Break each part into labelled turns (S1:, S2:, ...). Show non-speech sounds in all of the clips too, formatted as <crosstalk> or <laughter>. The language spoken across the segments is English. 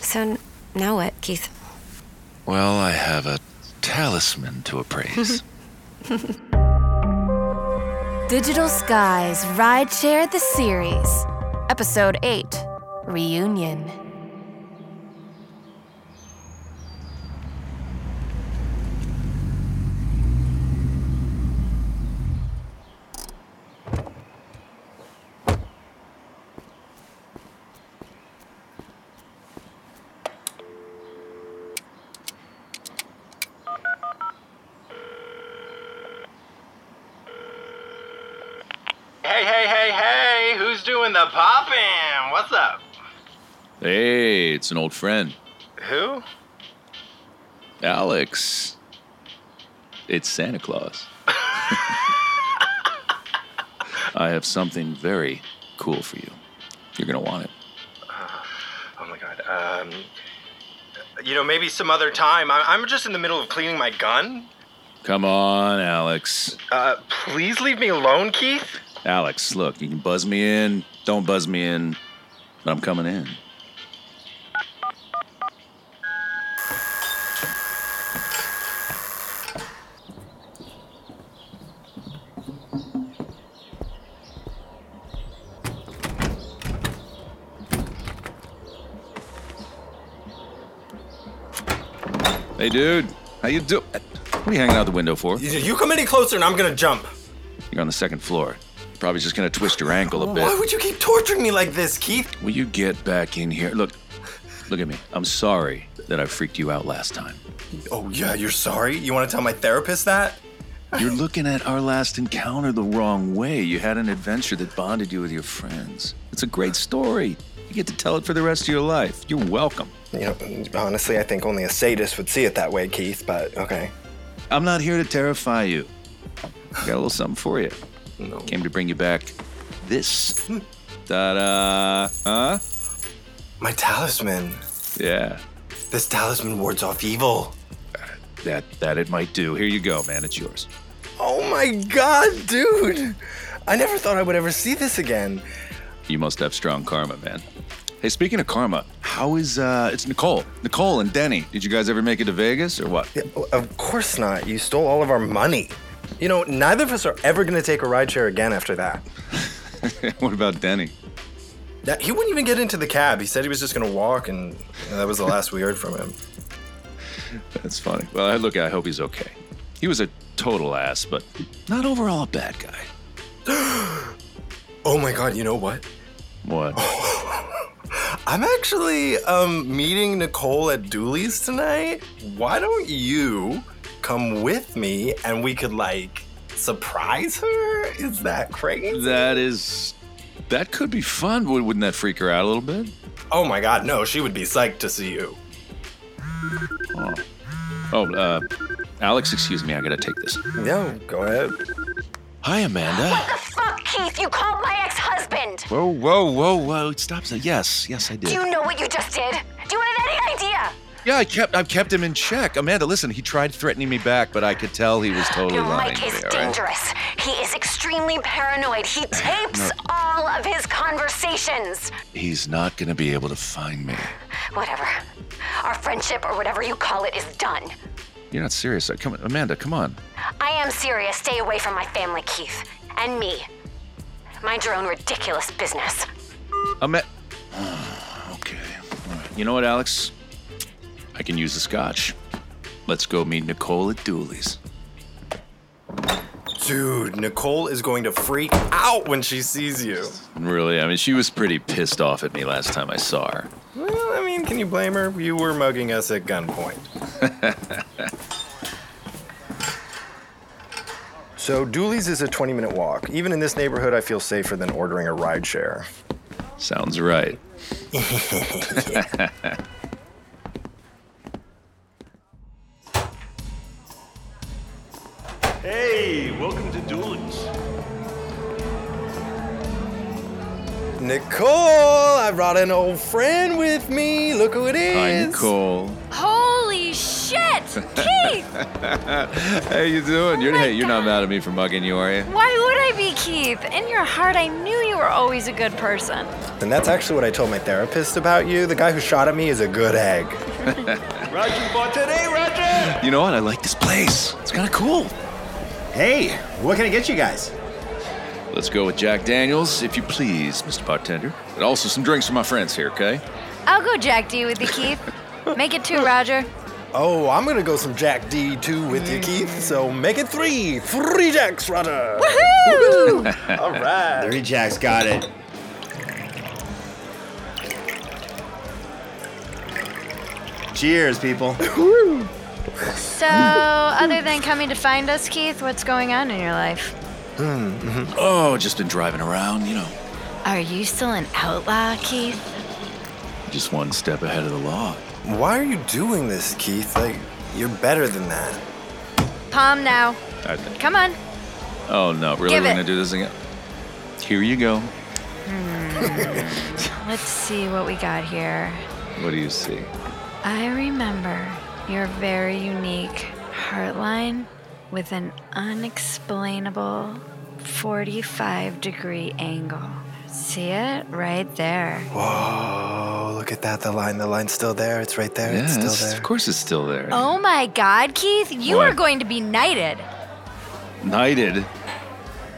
S1: So now what, Keith?
S2: Well, I have a talisman to appraise.
S3: Digital Skies Rideshare the Series, Episode 8 Reunion.
S4: Hey, hey, hey, hey, who's doing the popping? What's up?
S2: hey, it's an old friend,
S4: Who?
S2: Alex. It's Santa Claus. I have something very cool for you. You're going to want it.
S4: Oh my god. Um, you know, maybe some other time. I- I'm just in the middle of cleaning my gun.
S2: Come on, Alex.
S4: Uh, please leave me alone, Keith.
S2: Alex, look, you can buzz me in. Don't buzz me in, but I'm coming in. Hey, dude, how you do? What are you hanging out the window for?
S4: You- You come any closer and I'm gonna jump.
S2: You're on the second floor. You're probably just gonna twist your ankle a bit.
S4: Oh, Why would you keep torturing me like this, Keith?
S2: Will you get back in here? Look, look at me. I'm sorry that I freaked you out last time.
S4: Oh, yeah, you're sorry? You wanna tell my therapist that?
S2: You're looking at our last encounter the wrong way. You had an adventure that bonded you with your friends. It's a great story. You get to tell it for the rest of your life. You're welcome.
S4: You know, honestly, I think only a sadist would see it that way, Keith, but okay.
S2: I'm not here to terrify you. I got a little something for you.
S4: No.
S2: Came to bring you back this. Ta-da. Huh?
S4: My talisman.
S2: Yeah.
S4: This talisman wards off evil.
S2: That that it might do. Here you go, man. It's yours.
S4: Oh my god, dude! I never thought I would ever see this again.
S2: You must have strong karma, man. Hey, speaking of karma, how is uh it's Nicole. Nicole and Denny. Did you guys ever make it to Vegas or what?
S4: Yeah, Of course not. You stole all of our money. You know, neither of us are ever gonna take a rideshare again after that.
S2: <laughs> what about Denny?
S4: That he wouldn't even get into the cab. He said he was just gonna walk, and that was the last we heard from him.
S2: That's funny. Well, I look, I hope he's okay. He was a total ass, but not overall a bad guy.
S4: Oh my god! You know what?
S2: What? <laughs>
S4: I'm actually um, meeting Nicole at Dooley's tonight. Why don't you come with me, and we could like surprise her? Is that crazy?
S2: that is that could be fun. Wou- Wouldn't that freak her out a little bit?
S4: Oh my god, no, she would be psyched to see you.
S2: Oh, uh Alex, excuse me. I got to take this.
S4: No, go ahead.
S2: Hi, Amanda.
S5: Fuck, Keith, you called my ex husband.
S2: Whoa, whoa, whoa, whoa. Stop. that. Yes, yes, I
S5: Do
S2: did.
S5: you know what you just did? Do you have any idea?
S2: Yeah, I kept I've kept him in check. Amanda, listen, he tried threatening me back, but I could tell he was totally
S5: Your
S2: lying.
S5: Mike
S2: to me,
S5: is
S2: all right?
S5: dangerous. He is extremely paranoid. He tapes all of his conversations.
S2: He's not gonna be able to find me.
S5: Whatever. Our friendship, or whatever you call it, is done.
S2: You're not serious. Uh, Come on, Amanda, come on.
S5: I am serious. Stay away from my family, Keith. And me. Mind your own ridiculous business.
S2: Ama- <sighs> okay. All right. You know what, Alex? I can use the scotch. Let's go meet Nicole at Dooley's.
S4: Dude, Nicole is going to freak out when she sees you.
S2: Really, I mean, she was pretty pissed off at me last time I saw her.
S4: Well, I mean, can you blame her? You were mugging us at gunpoint. <laughs> so, Dooley's is a 20 minute walk. Even in this neighborhood, I feel safer than ordering a rideshare.
S2: Sounds right.
S6: Hey, welcome to Dooley's.
S4: Nicole, I brought an old friend with me. Look who it is.
S2: Hi, Nicole.
S7: Holy sh! shit! Keith!
S2: How you doing?
S5: Oh
S2: You're,
S7: my
S2: hey, you're not mad at me for mugging you, are you?
S7: Why would I be Keith? In your heart, I knew you were always a good person.
S4: And that's actually what I told my therapist about you. The guy who shot at me is a good egg.
S6: Roger for today, Roger!
S2: You know what? I like this place. It's kind of cool.
S8: Hey, what can I get you guys?
S2: Let's go with Jack Daniels, if you please, Mr. Bartender. And also some drinks for my friends here, okay?
S7: I'll go Jack D with you, Keith. Make it two, Roger.
S4: Oh, I'm gonna go some Jack D too with you, Keith. So make it three. Three Jacks, Roger.
S7: Woo!
S8: All right. Three Jacks got it. Cheers, people.
S7: So, other than coming to find us, Keith, what's going on in your life?
S2: Oh, just been driving around, you know,
S7: Are you still an outlaw, Keith?
S2: just one step ahead of the law.
S4: Why are you doing this, Keith? Like, you're better than that.
S7: Palm now.
S2: I think.
S7: Come on.
S2: Oh, no, really?
S7: Give
S2: We're
S7: it.
S2: gonna do this again? Here you go.
S7: Let's see what we got here.
S2: What do you see?
S7: I remember your very unique heartline with an unexplainable 45 degree angle. See it right there.
S4: Whoa, look at that. The line, the line's still there. It's right there. it's
S2: yeah,
S4: still
S2: it's-
S4: there.
S2: of course it's still there.
S7: Oh my god, Keith, you
S2: What?
S7: are going to be knighted.
S2: Knighted.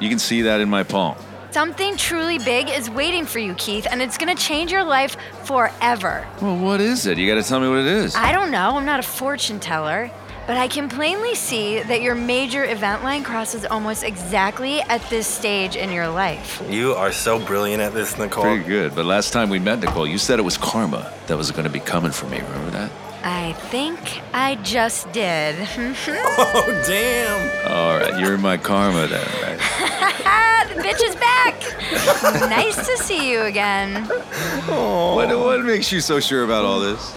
S2: You can see that in my palm.
S7: Something truly big is waiting for you, Keith, and it's going to change your life forever.
S2: Well, what is it? You gotta tell me what it is.
S7: I don't know, I'm not a fortune teller, but I can plainly see that your major event line crosses almost exactly at this stage in your life.
S4: You are so brilliant at this, Nicole.
S2: Pretty good. But last time we met, Nicole, you said it was karma that was gonna be coming for me. Remember that?
S7: I think I just did.
S4: <laughs>
S7: <laughs>
S4: Oh, damn.
S2: All right, you're my karma then. Right?
S7: ah, the bitch is back. nice to see you again.
S4: Oh.
S2: What, what makes you so sure about all this?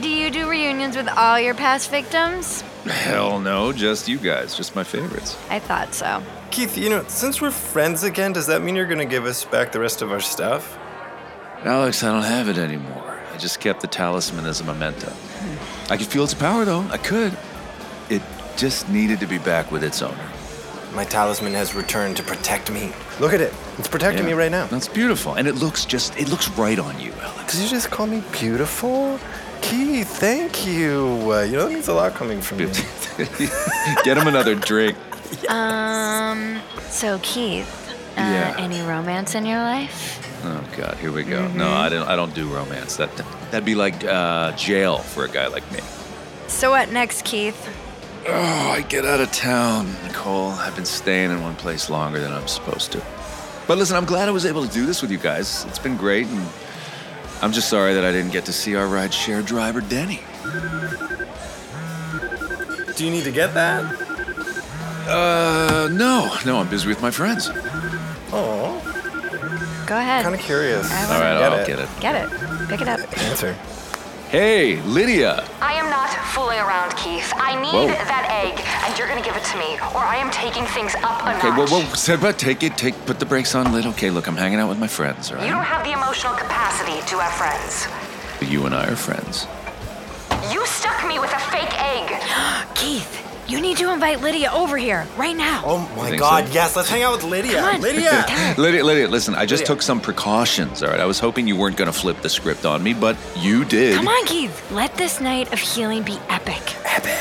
S7: Do you do reunions with all your past victims?
S2: Hell no, just you guys, just my favorites.
S7: I thought so.
S4: Keith, you know, since we're friends again, does that mean you're gonna give us back the rest of our stuff?
S2: Alex, I don't have it anymore. I just kept the talisman as a memento. I could feel its power though, I could. It just needed to be back with its owner.
S4: My talisman has returned to protect me. Look at it. It's protecting me right now.
S2: That's beautiful. And it looks just, it looks right on you, Alex. <laughs>
S4: Did you just call me beautiful? Keith, thank you. Uh, you know, that means a lot coming from you.
S2: Get him another drink.
S7: Um, so Keith, uh,
S2: Yeah.
S7: any romance in your life?
S2: Oh God, here we go. No, I don't. I don't do romance. That that'd be like uh, jail for a guy like me.
S7: So what next, Keith?
S2: Oh, I get out of town, Nicole. I've been staying in one place longer than I'm supposed to. But listen, I'm glad I was able to do this with you guys. It's been great, and I'm just sorry that I didn't get to see our rideshare driver, Denny.
S4: Do you need to get that?
S2: Uh, no, no, I'm busy with my friends. All
S4: Oh,
S7: Go ahead.
S4: kind of curious.
S7: I wanna
S2: right,
S4: Get
S2: I'll
S4: it.
S2: get it.
S7: Get it. Pick it up.
S4: Answer.
S2: Hey, Lydia.
S5: I am not fooling around, Keith. I need
S2: Whoa.
S5: that egg, and you're gonna give it to me, or I am taking things up a
S2: Okay, whoa,
S5: notch.
S2: whoa, Seba, take it, take, put the brakes on, Lid. Okay, look, I'm hanging out with my friends, all
S5: You don't
S2: right?
S5: have the emotional capacity to have friends.
S2: You and I are friends.
S5: You stuck me with a fake egg.
S7: Keith, you need to invite Lydia over here right now.
S4: Oh my
S2: think
S4: God!
S2: so?
S4: Yes, let's hang out with Lydia.
S7: Come
S4: <laughs>
S7: on.
S4: Lydia.
S2: Lydia, Lydia, listen, I just
S4: Lydia.
S2: took some precautions, all right? I was hoping you weren't going to flip the script on me, but you did.
S7: Come on, Keith. Let this night of healing be epic. Epic.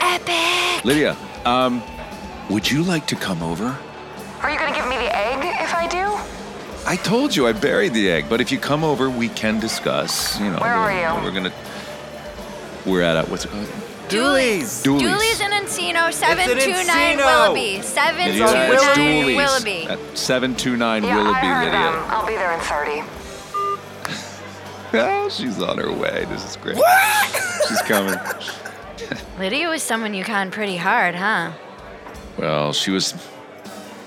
S7: Epic.
S2: Lydia, um, would you like to come over?
S5: Are you gonna give me the egg if I do?
S2: I told you I buried the egg, but if you come over, we can discuss. You know,
S5: Where are
S2: we're-
S5: you?
S2: We're gonna. We're at a what's it called?
S4: Dooley's.
S2: Dooley's.
S7: Dooley's in Encino, 729
S4: Encino.
S7: Willoughby.
S2: It is- it's
S7: 729
S2: Dooley's
S7: Willoughby.
S2: At seven two nine
S5: Yeah, I
S2: Willoughby,
S5: heard them.
S2: Lydia.
S5: I'll be there in 30.
S2: <laughs> Ah, she's on her way. This is great. she's coming.
S7: Lydia was someone you conned pretty hard, huh?
S2: Well, she was.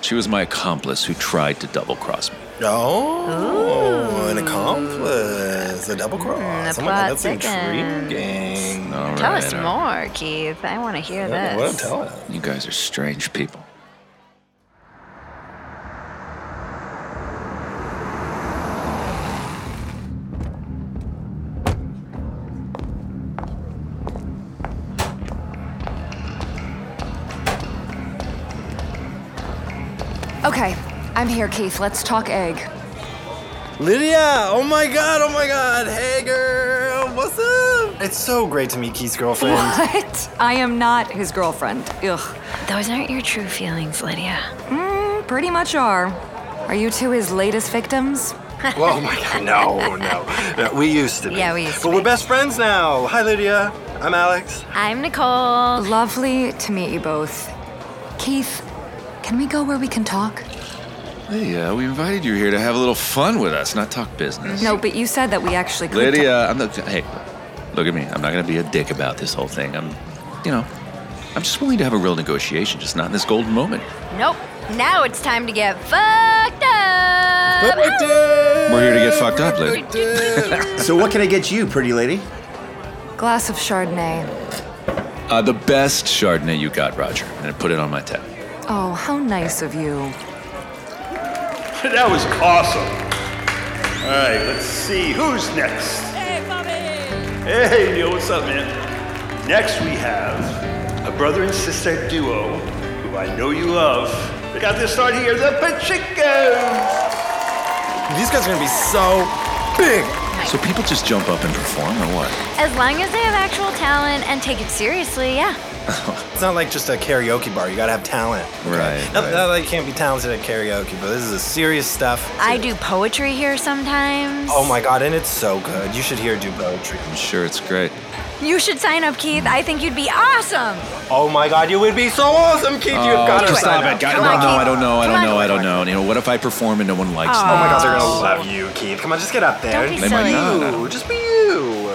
S2: She was my accomplice who tried to double cross me.
S4: Oh, an accomplice, a double cross.
S7: the
S4: oh my God,
S7: plot
S4: that's intriguing.
S2: All
S7: Tell
S2: right,
S7: us
S2: all right.
S7: more, Keith. I want to hear
S4: Yeah, Well,
S7: this.
S4: tell us.
S2: You guys are strange people.
S3: Okay, I'm here, Keith. Let's talk egg.
S4: Lydia! Oh my god, oh my god! Hey girl, what's up? It's so great to meet Keith's girlfriend.
S9: <laughs> What? I am not his girlfriend. Ugh.
S1: Those aren't your true feelings, Lydia.
S9: Mm, pretty much are. Are you two his latest victims?
S4: <laughs> oh my god, no, <laughs> no. No, We used to be.
S7: Yeah, we used to
S4: But
S7: be.
S4: we're best friends now. Hi, Lydia. I'm Alex.
S7: I'm Nicole.
S9: Lovely to meet you both. Keith, can we go where we can talk?
S2: Lydia, uh, we invited you here to have a little fun with us, not talk business.
S9: No, Oh, but you said that we actually could. talk.
S2: Lydia, I'm not. Hey, look at me. I'm not going to be a dick about this whole thing. I'm, you know, I'm just willing to have a real negotiation, just not in this golden moment.
S7: Nope. Now it's time to get fucked up.
S2: We're here to get fucked up, Lydia.
S8: So what can I get you, pretty lady?
S9: Glass of Chardonnay.
S2: Uh, the best Chardonnay you got, Roger, and I put it on my tab.
S9: Oh, how nice of you.
S6: <laughs> that was awesome. All right, let's see who's next. Hey, Bobby. Hey, Neil, what's up, man? Next, we have a brother and sister duo who I know you love. They got their start here, the Pachicos.
S4: These guys are gonna be so big.
S2: So people just jump up and perform, or what?
S7: As long as they have actual talent and take it seriously, yeah.
S4: It's not like just a karaoke bar. You gotta have talent.
S2: Right,
S4: Not,
S2: right.
S4: not that you can't be talented at karaoke, but this is serious stuff.
S7: I do poetry here sometimes.
S4: Oh my god, and it's so good. You should hear do poetry.
S2: I'm sure it's great.
S7: You should sign up, Keith. I think you'd be awesome.
S4: Oh my god, you would be so awesome, Keith. You've got to
S2: Oh, just
S4: sign
S2: stop
S4: up.
S2: it. God,
S7: Come
S2: I
S7: on,
S2: don't know.
S7: Keith.
S2: I don't know. I
S7: Come
S2: don't
S7: on,
S2: know. I
S7: come
S2: don't know. You know, what if I perform and no one likes
S4: Oh
S2: me?
S4: my god, they're gonna love you, Keith. Come on, just get up there.
S7: Don't be
S2: They might
S7: silly.
S2: not.
S4: you. Just be you.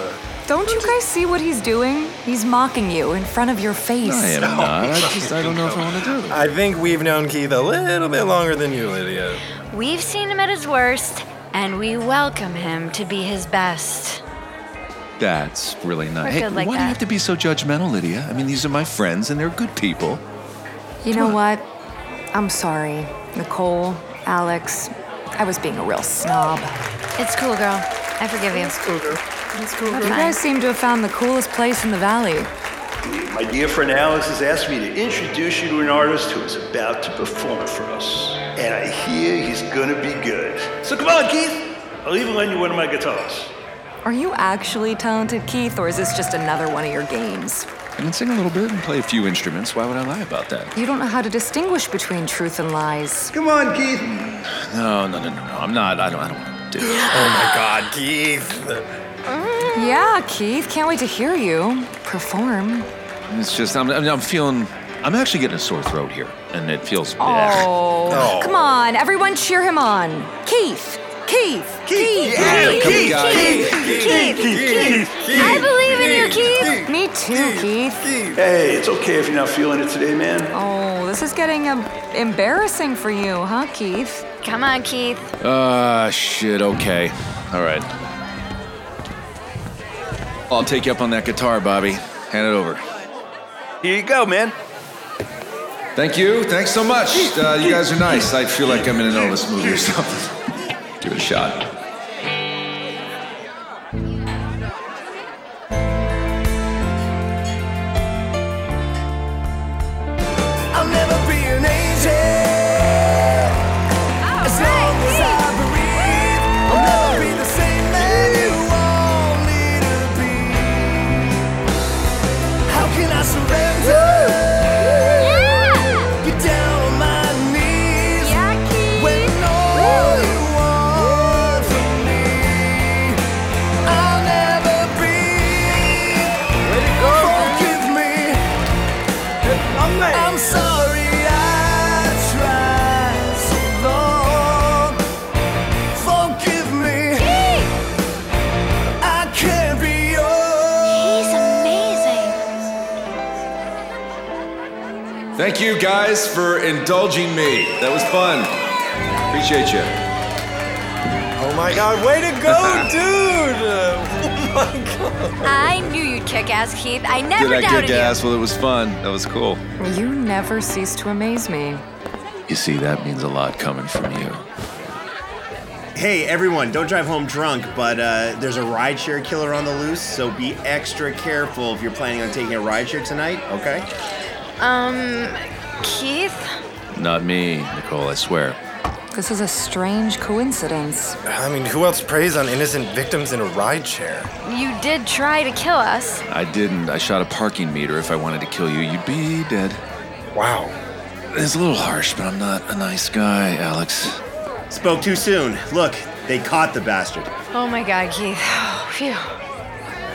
S9: Don't you guys see what he's doing? He's mocking you in front of your face.
S2: I
S7: <laughs>
S2: am not. I just I don't know if I want to do it.
S4: I think we've known Keith a little bit longer than you, Lydia.
S7: We've seen him at his worst, and we welcome him to be his best.
S2: That's really nice.
S7: We're
S2: Hey,
S7: good like
S2: why do
S7: that.
S2: you have to be so judgmental, Lydia? I mean, these are my friends, and they're good people.
S9: You know what? I'm sorry, Nicole, Alex. I was being a real snob.
S7: It's cool, girl. I forgive you.
S9: You guys seem to have found the coolest place in the valley.
S6: My dear friend Alex has asked me to introduce you to an artist who is about to perform for us. And I hear he's gonna be good. So come on, Keith. I'll even lend you one of my guitars.
S9: Are you actually talented, Keith, or is this just another one of your games?
S2: I can sing a little bit and play a few instruments. Why would I lie about that?
S9: You don't know how to distinguish between truth and lies.
S6: Come on, Keith.
S2: No, no, no, no, no. I'm not. I don't. I don't want to do it.
S4: Oh my god, Keith.
S9: Yeah, Keith, can't wait to hear you perform.
S2: <gasps> It's just I'm. I'm I'm feeling. I'm actually getting a sore throat here, and it feels.
S9: Oh, come on, everyone cheer him on. Keith, Keith, Keith, Keith.
S2: Keith, Keith,
S7: I believe in you, Keith.
S9: Me too, Keith.
S6: Hey, it's okay if you're not feeling it today, man.
S9: Oh, this is getting um, embarrassing for you, huh, Keith?
S7: Come on, Keith.
S2: Ah, shit. Okay. All right. I'll take you up on that guitar, Bobby. Hand it over.
S6: Here you go, man.
S2: Thank you. Thanks so much. Uh, you guys are nice. I feel like I'm in an Elvis movie or something. <laughs> Give it a shot.
S10: I'll never be an angel. as long as I breathe, I'll never be the same man you want me to be. How can I surrender? Get down on my knees when all you want from me. I'll never be. Forgive me. I'm sorry I tried so long. Forgive me. I can't be yours.
S7: He's amazing.
S2: Thank you guys for indulging me. That was fun. Appreciate you.
S4: Oh my god, way to go, dude.
S7: I knew you'd kick ass, Keith. I never
S2: Did I
S7: doubted
S2: kick ass? Well, it was fun. That was cool.
S9: You never cease to amaze me.
S2: You see, that means a lot coming from you.
S8: Hey, everyone, don't drive home drunk, but uh, there's a rideshare killer on the loose, so be extra careful if you're planning on taking a rideshare tonight, okay?
S7: you. Um, Keith,
S2: Not me, Nicole, I swear.
S9: This is a strange coincidence.
S4: I mean, who else preys on innocent victims in a ride share?
S7: You did try to kill us.
S2: I didn't. I shot a parking meter. If I wanted to kill you, you'd be dead.
S4: Wow.
S2: It's a little harsh, but I'm not a nice guy, Alex.
S8: Spoke too soon. Look, they caught the bastard.
S7: Oh my God, Keith. <sighs> Phew.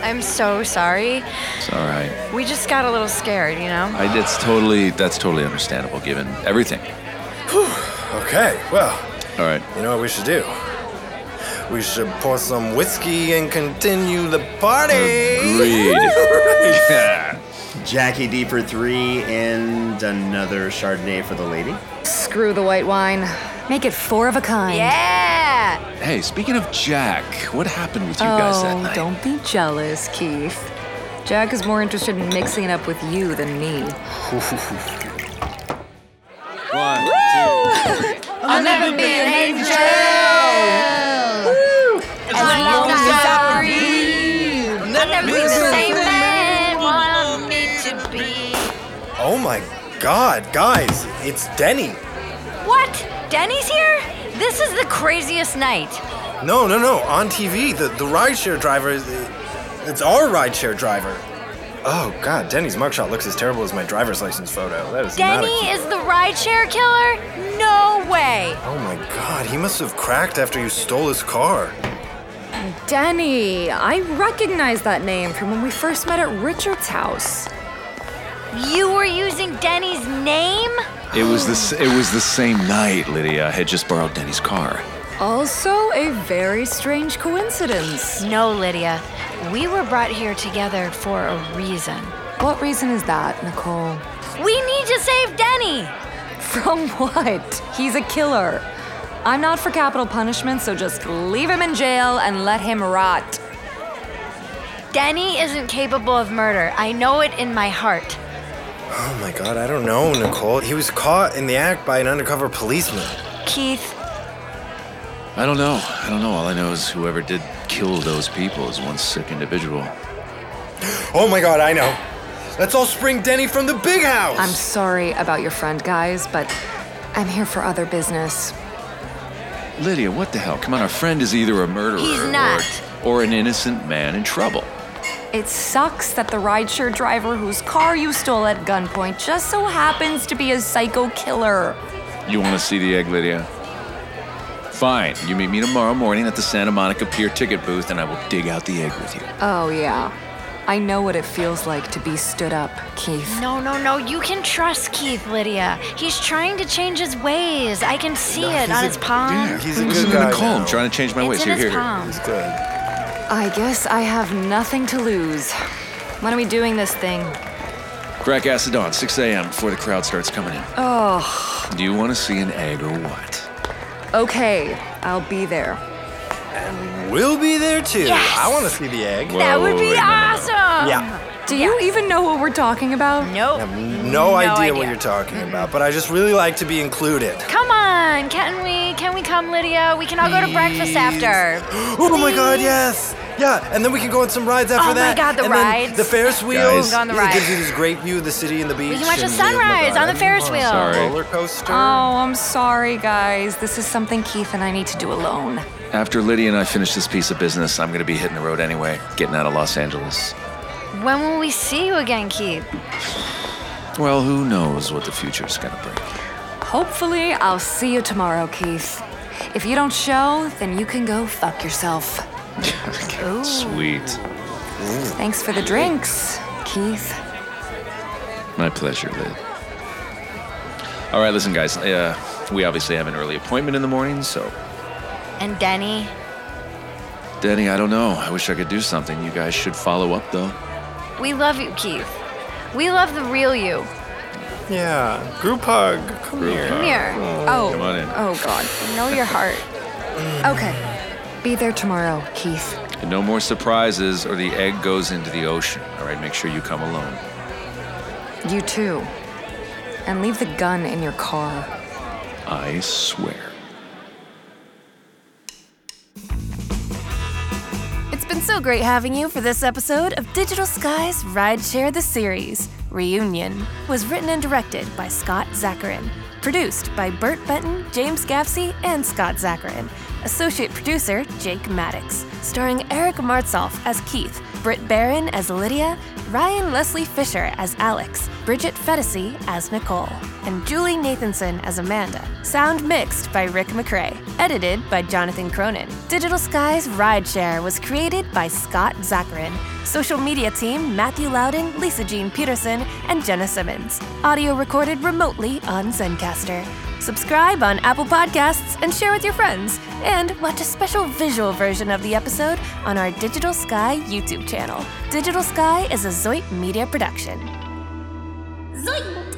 S7: I'm so sorry.
S2: It's all right.
S7: We just got a little scared, you know?
S2: I, it's totally that's totally understandable given everything.
S4: Okay, well,
S2: All right.
S4: you know what we should do? We should pour some whiskey and continue the party. <laughs>
S2: Agreed. yeah.
S8: Jackie D for three and another Chardonnay for the lady.
S9: Screw the white wine. Make it four of a kind.
S7: Yeah!
S2: Hey, speaking of Jack, what happened with you guys that
S9: Oh,
S2: night?
S9: don't be jealous, Keith. Jack is more interested in mixing it up with you than me.
S2: One,
S7: I'll never be an angel! As long as I breathe, never be the same man one I need to be.
S4: Oh my god, guys, it's Denny.
S7: What? Denny's here? This is the craziest night.
S4: No, no, no, on TV. The, the rideshare driver is. It's our rideshare driver. Oh god, Denny's mugshot looks as terrible as my driver's license photo. That is not a
S7: Denny
S4: cute-
S7: is the rideshare killer? No way.
S4: Oh my god, he must have cracked after you stole his car.
S9: Denny, I recognize that name from when we first met at Richard's house.
S7: You were using Denny's name?
S2: It was this. It was the same night Lydia I had just borrowed Denny's car.
S9: Also, a very strange coincidence.
S7: No, Lydia. We were brought here together for a reason.
S9: What reason is that, Nicole?
S7: We need to save Denny.
S9: From what? He's a killer. I'm not for capital punishment, so just leave him in jail and let him rot.
S7: Denny isn't capable of murder. I know it in my heart.
S4: Oh my god, I don't know, Nicole. He was caught in the act by an undercover policeman.
S7: Keith,
S2: I don't know. I don't know. All I know is whoever did kill those people is one sick individual.
S4: Oh my god, I know. Let's all spring Denny from the big house!
S9: I'm sorry about your friend, guys, but I'm here for other business.
S2: Lydia, what the hell? Come on, our friend is either a murderer
S7: He's not.
S2: Or, or an innocent man in trouble.
S9: It sucks that the rideshare driver whose car you stole at gunpoint just so happens to be a psycho killer.
S2: You want to see the egg, Lydia? Fine. You meet me tomorrow morning at the Santa Monica Pier ticket booth, and I will dig out the egg with you.
S9: Oh, yeah. I know what it feels like to be stood up, Keith.
S7: no, no, no. You can trust Keith, Lydia. He's trying to change his ways. I can see it on his palm.
S2: Yeah,
S4: he's a
S2: Listen
S4: good
S2: to
S4: guy
S2: Nicole.
S4: now.
S2: I'm trying to change my
S7: It's
S2: ways.
S7: in
S2: Here,
S7: his
S2: here, here.
S7: palm.
S4: He's good.
S9: I guess I have nothing to lose. When are we doing this thing?
S2: Crack acid on, 6 a.m. before the crowd starts coming in.
S9: Oh,
S2: Do you want to see an egg or what?
S9: okay. I'll be there.
S4: We'll be there too.
S7: Yes!
S4: I want to see the egg.
S7: That would
S2: Whoa,
S7: be
S2: wait, no, no, no.
S7: awesome.
S4: Yeah.
S9: Do you even know what we're talking about?
S7: Nope.
S4: No, idea,
S7: Um, idea.
S4: what you're talking about, but I just really like to be included. <gasps>
S7: Come on, can we? Can we come, Lydia? We can all go to breakfast after.
S4: Oh my god, yes! Yeah, and then we can go on some rides after
S7: Oh my
S4: that.
S7: God, the
S4: and then
S7: rides.
S4: The Ferris wheel.
S2: Guys. Go
S7: on the
S4: it
S7: ride.
S4: gives you this great view of the city and the beach.
S7: We can watch the
S4: and oh my
S7: sunrise
S4: God,
S7: on the
S4: I
S7: Ferris
S4: want a
S7: wheel.
S2: Sorry.
S4: Roller coaster.
S9: Oh, I'm sorry, guys. This is something Keith and I need to do alone.
S2: After Lydia and I finish this piece of business, I'm going to be hitting the road anyway, getting out of Los Angeles.
S7: When will we see you again, Keith?
S2: Well, who knows what the future's going to bring. <laughs>
S9: Hopefully, I'll see you tomorrow, Keith. If you don't show, then you can go fuck yourself.
S2: Sweet.
S9: Thanks for the drinks, Keith.
S2: My pleasure, Lyd. All right, listen, guys. Uh, we obviously have an early appointment in the morning, so
S7: And Denny?
S2: Denny, I don't know. I wish I could do something. You guys should follow up, though.
S7: We love you, Keith. We love the real you.
S4: Yeah, group hug. Come here.
S7: Come here.
S9: Oh,
S2: Come on in.
S9: oh God.
S7: Know your heart.
S9: Okay. Be there tomorrow, Keith.
S2: And no more surprises, or the egg goes into the ocean. All right, make sure you come alone.
S9: You too. And leave the gun in your car.
S2: I swear.
S11: It's been so great having you for this episode of Digital Skies Rideshare the Series Reunion. Was written and directed by Scott Zacharin. Produced by Burt Benton, James Gafsey, and Scott Zacharin. Associate producer Jake Maddox. Starring Eric Martzoff as Keith, Britt Barron as Lydia, Ryan Leslie Fisher as Alex, Bridget Fetisi as Nicole, and Julie Nathanson as Amanda. Sound mixed by Rick McRae. Edited by Jonathan Cronin. Digital Skies Rideshare was created by Scott Zacharin. Social media team Matthew Loudon, Lisa Jean Peterson, and Jenna Simmons. Audio recorded remotely on Zencaster. Subscribe on Apple Podcasts and share with your friends. And watch a special visual version of the episode on our Digital Sky YouTube channel. Digital Sky is a Zoit media production.
S10: Zoink!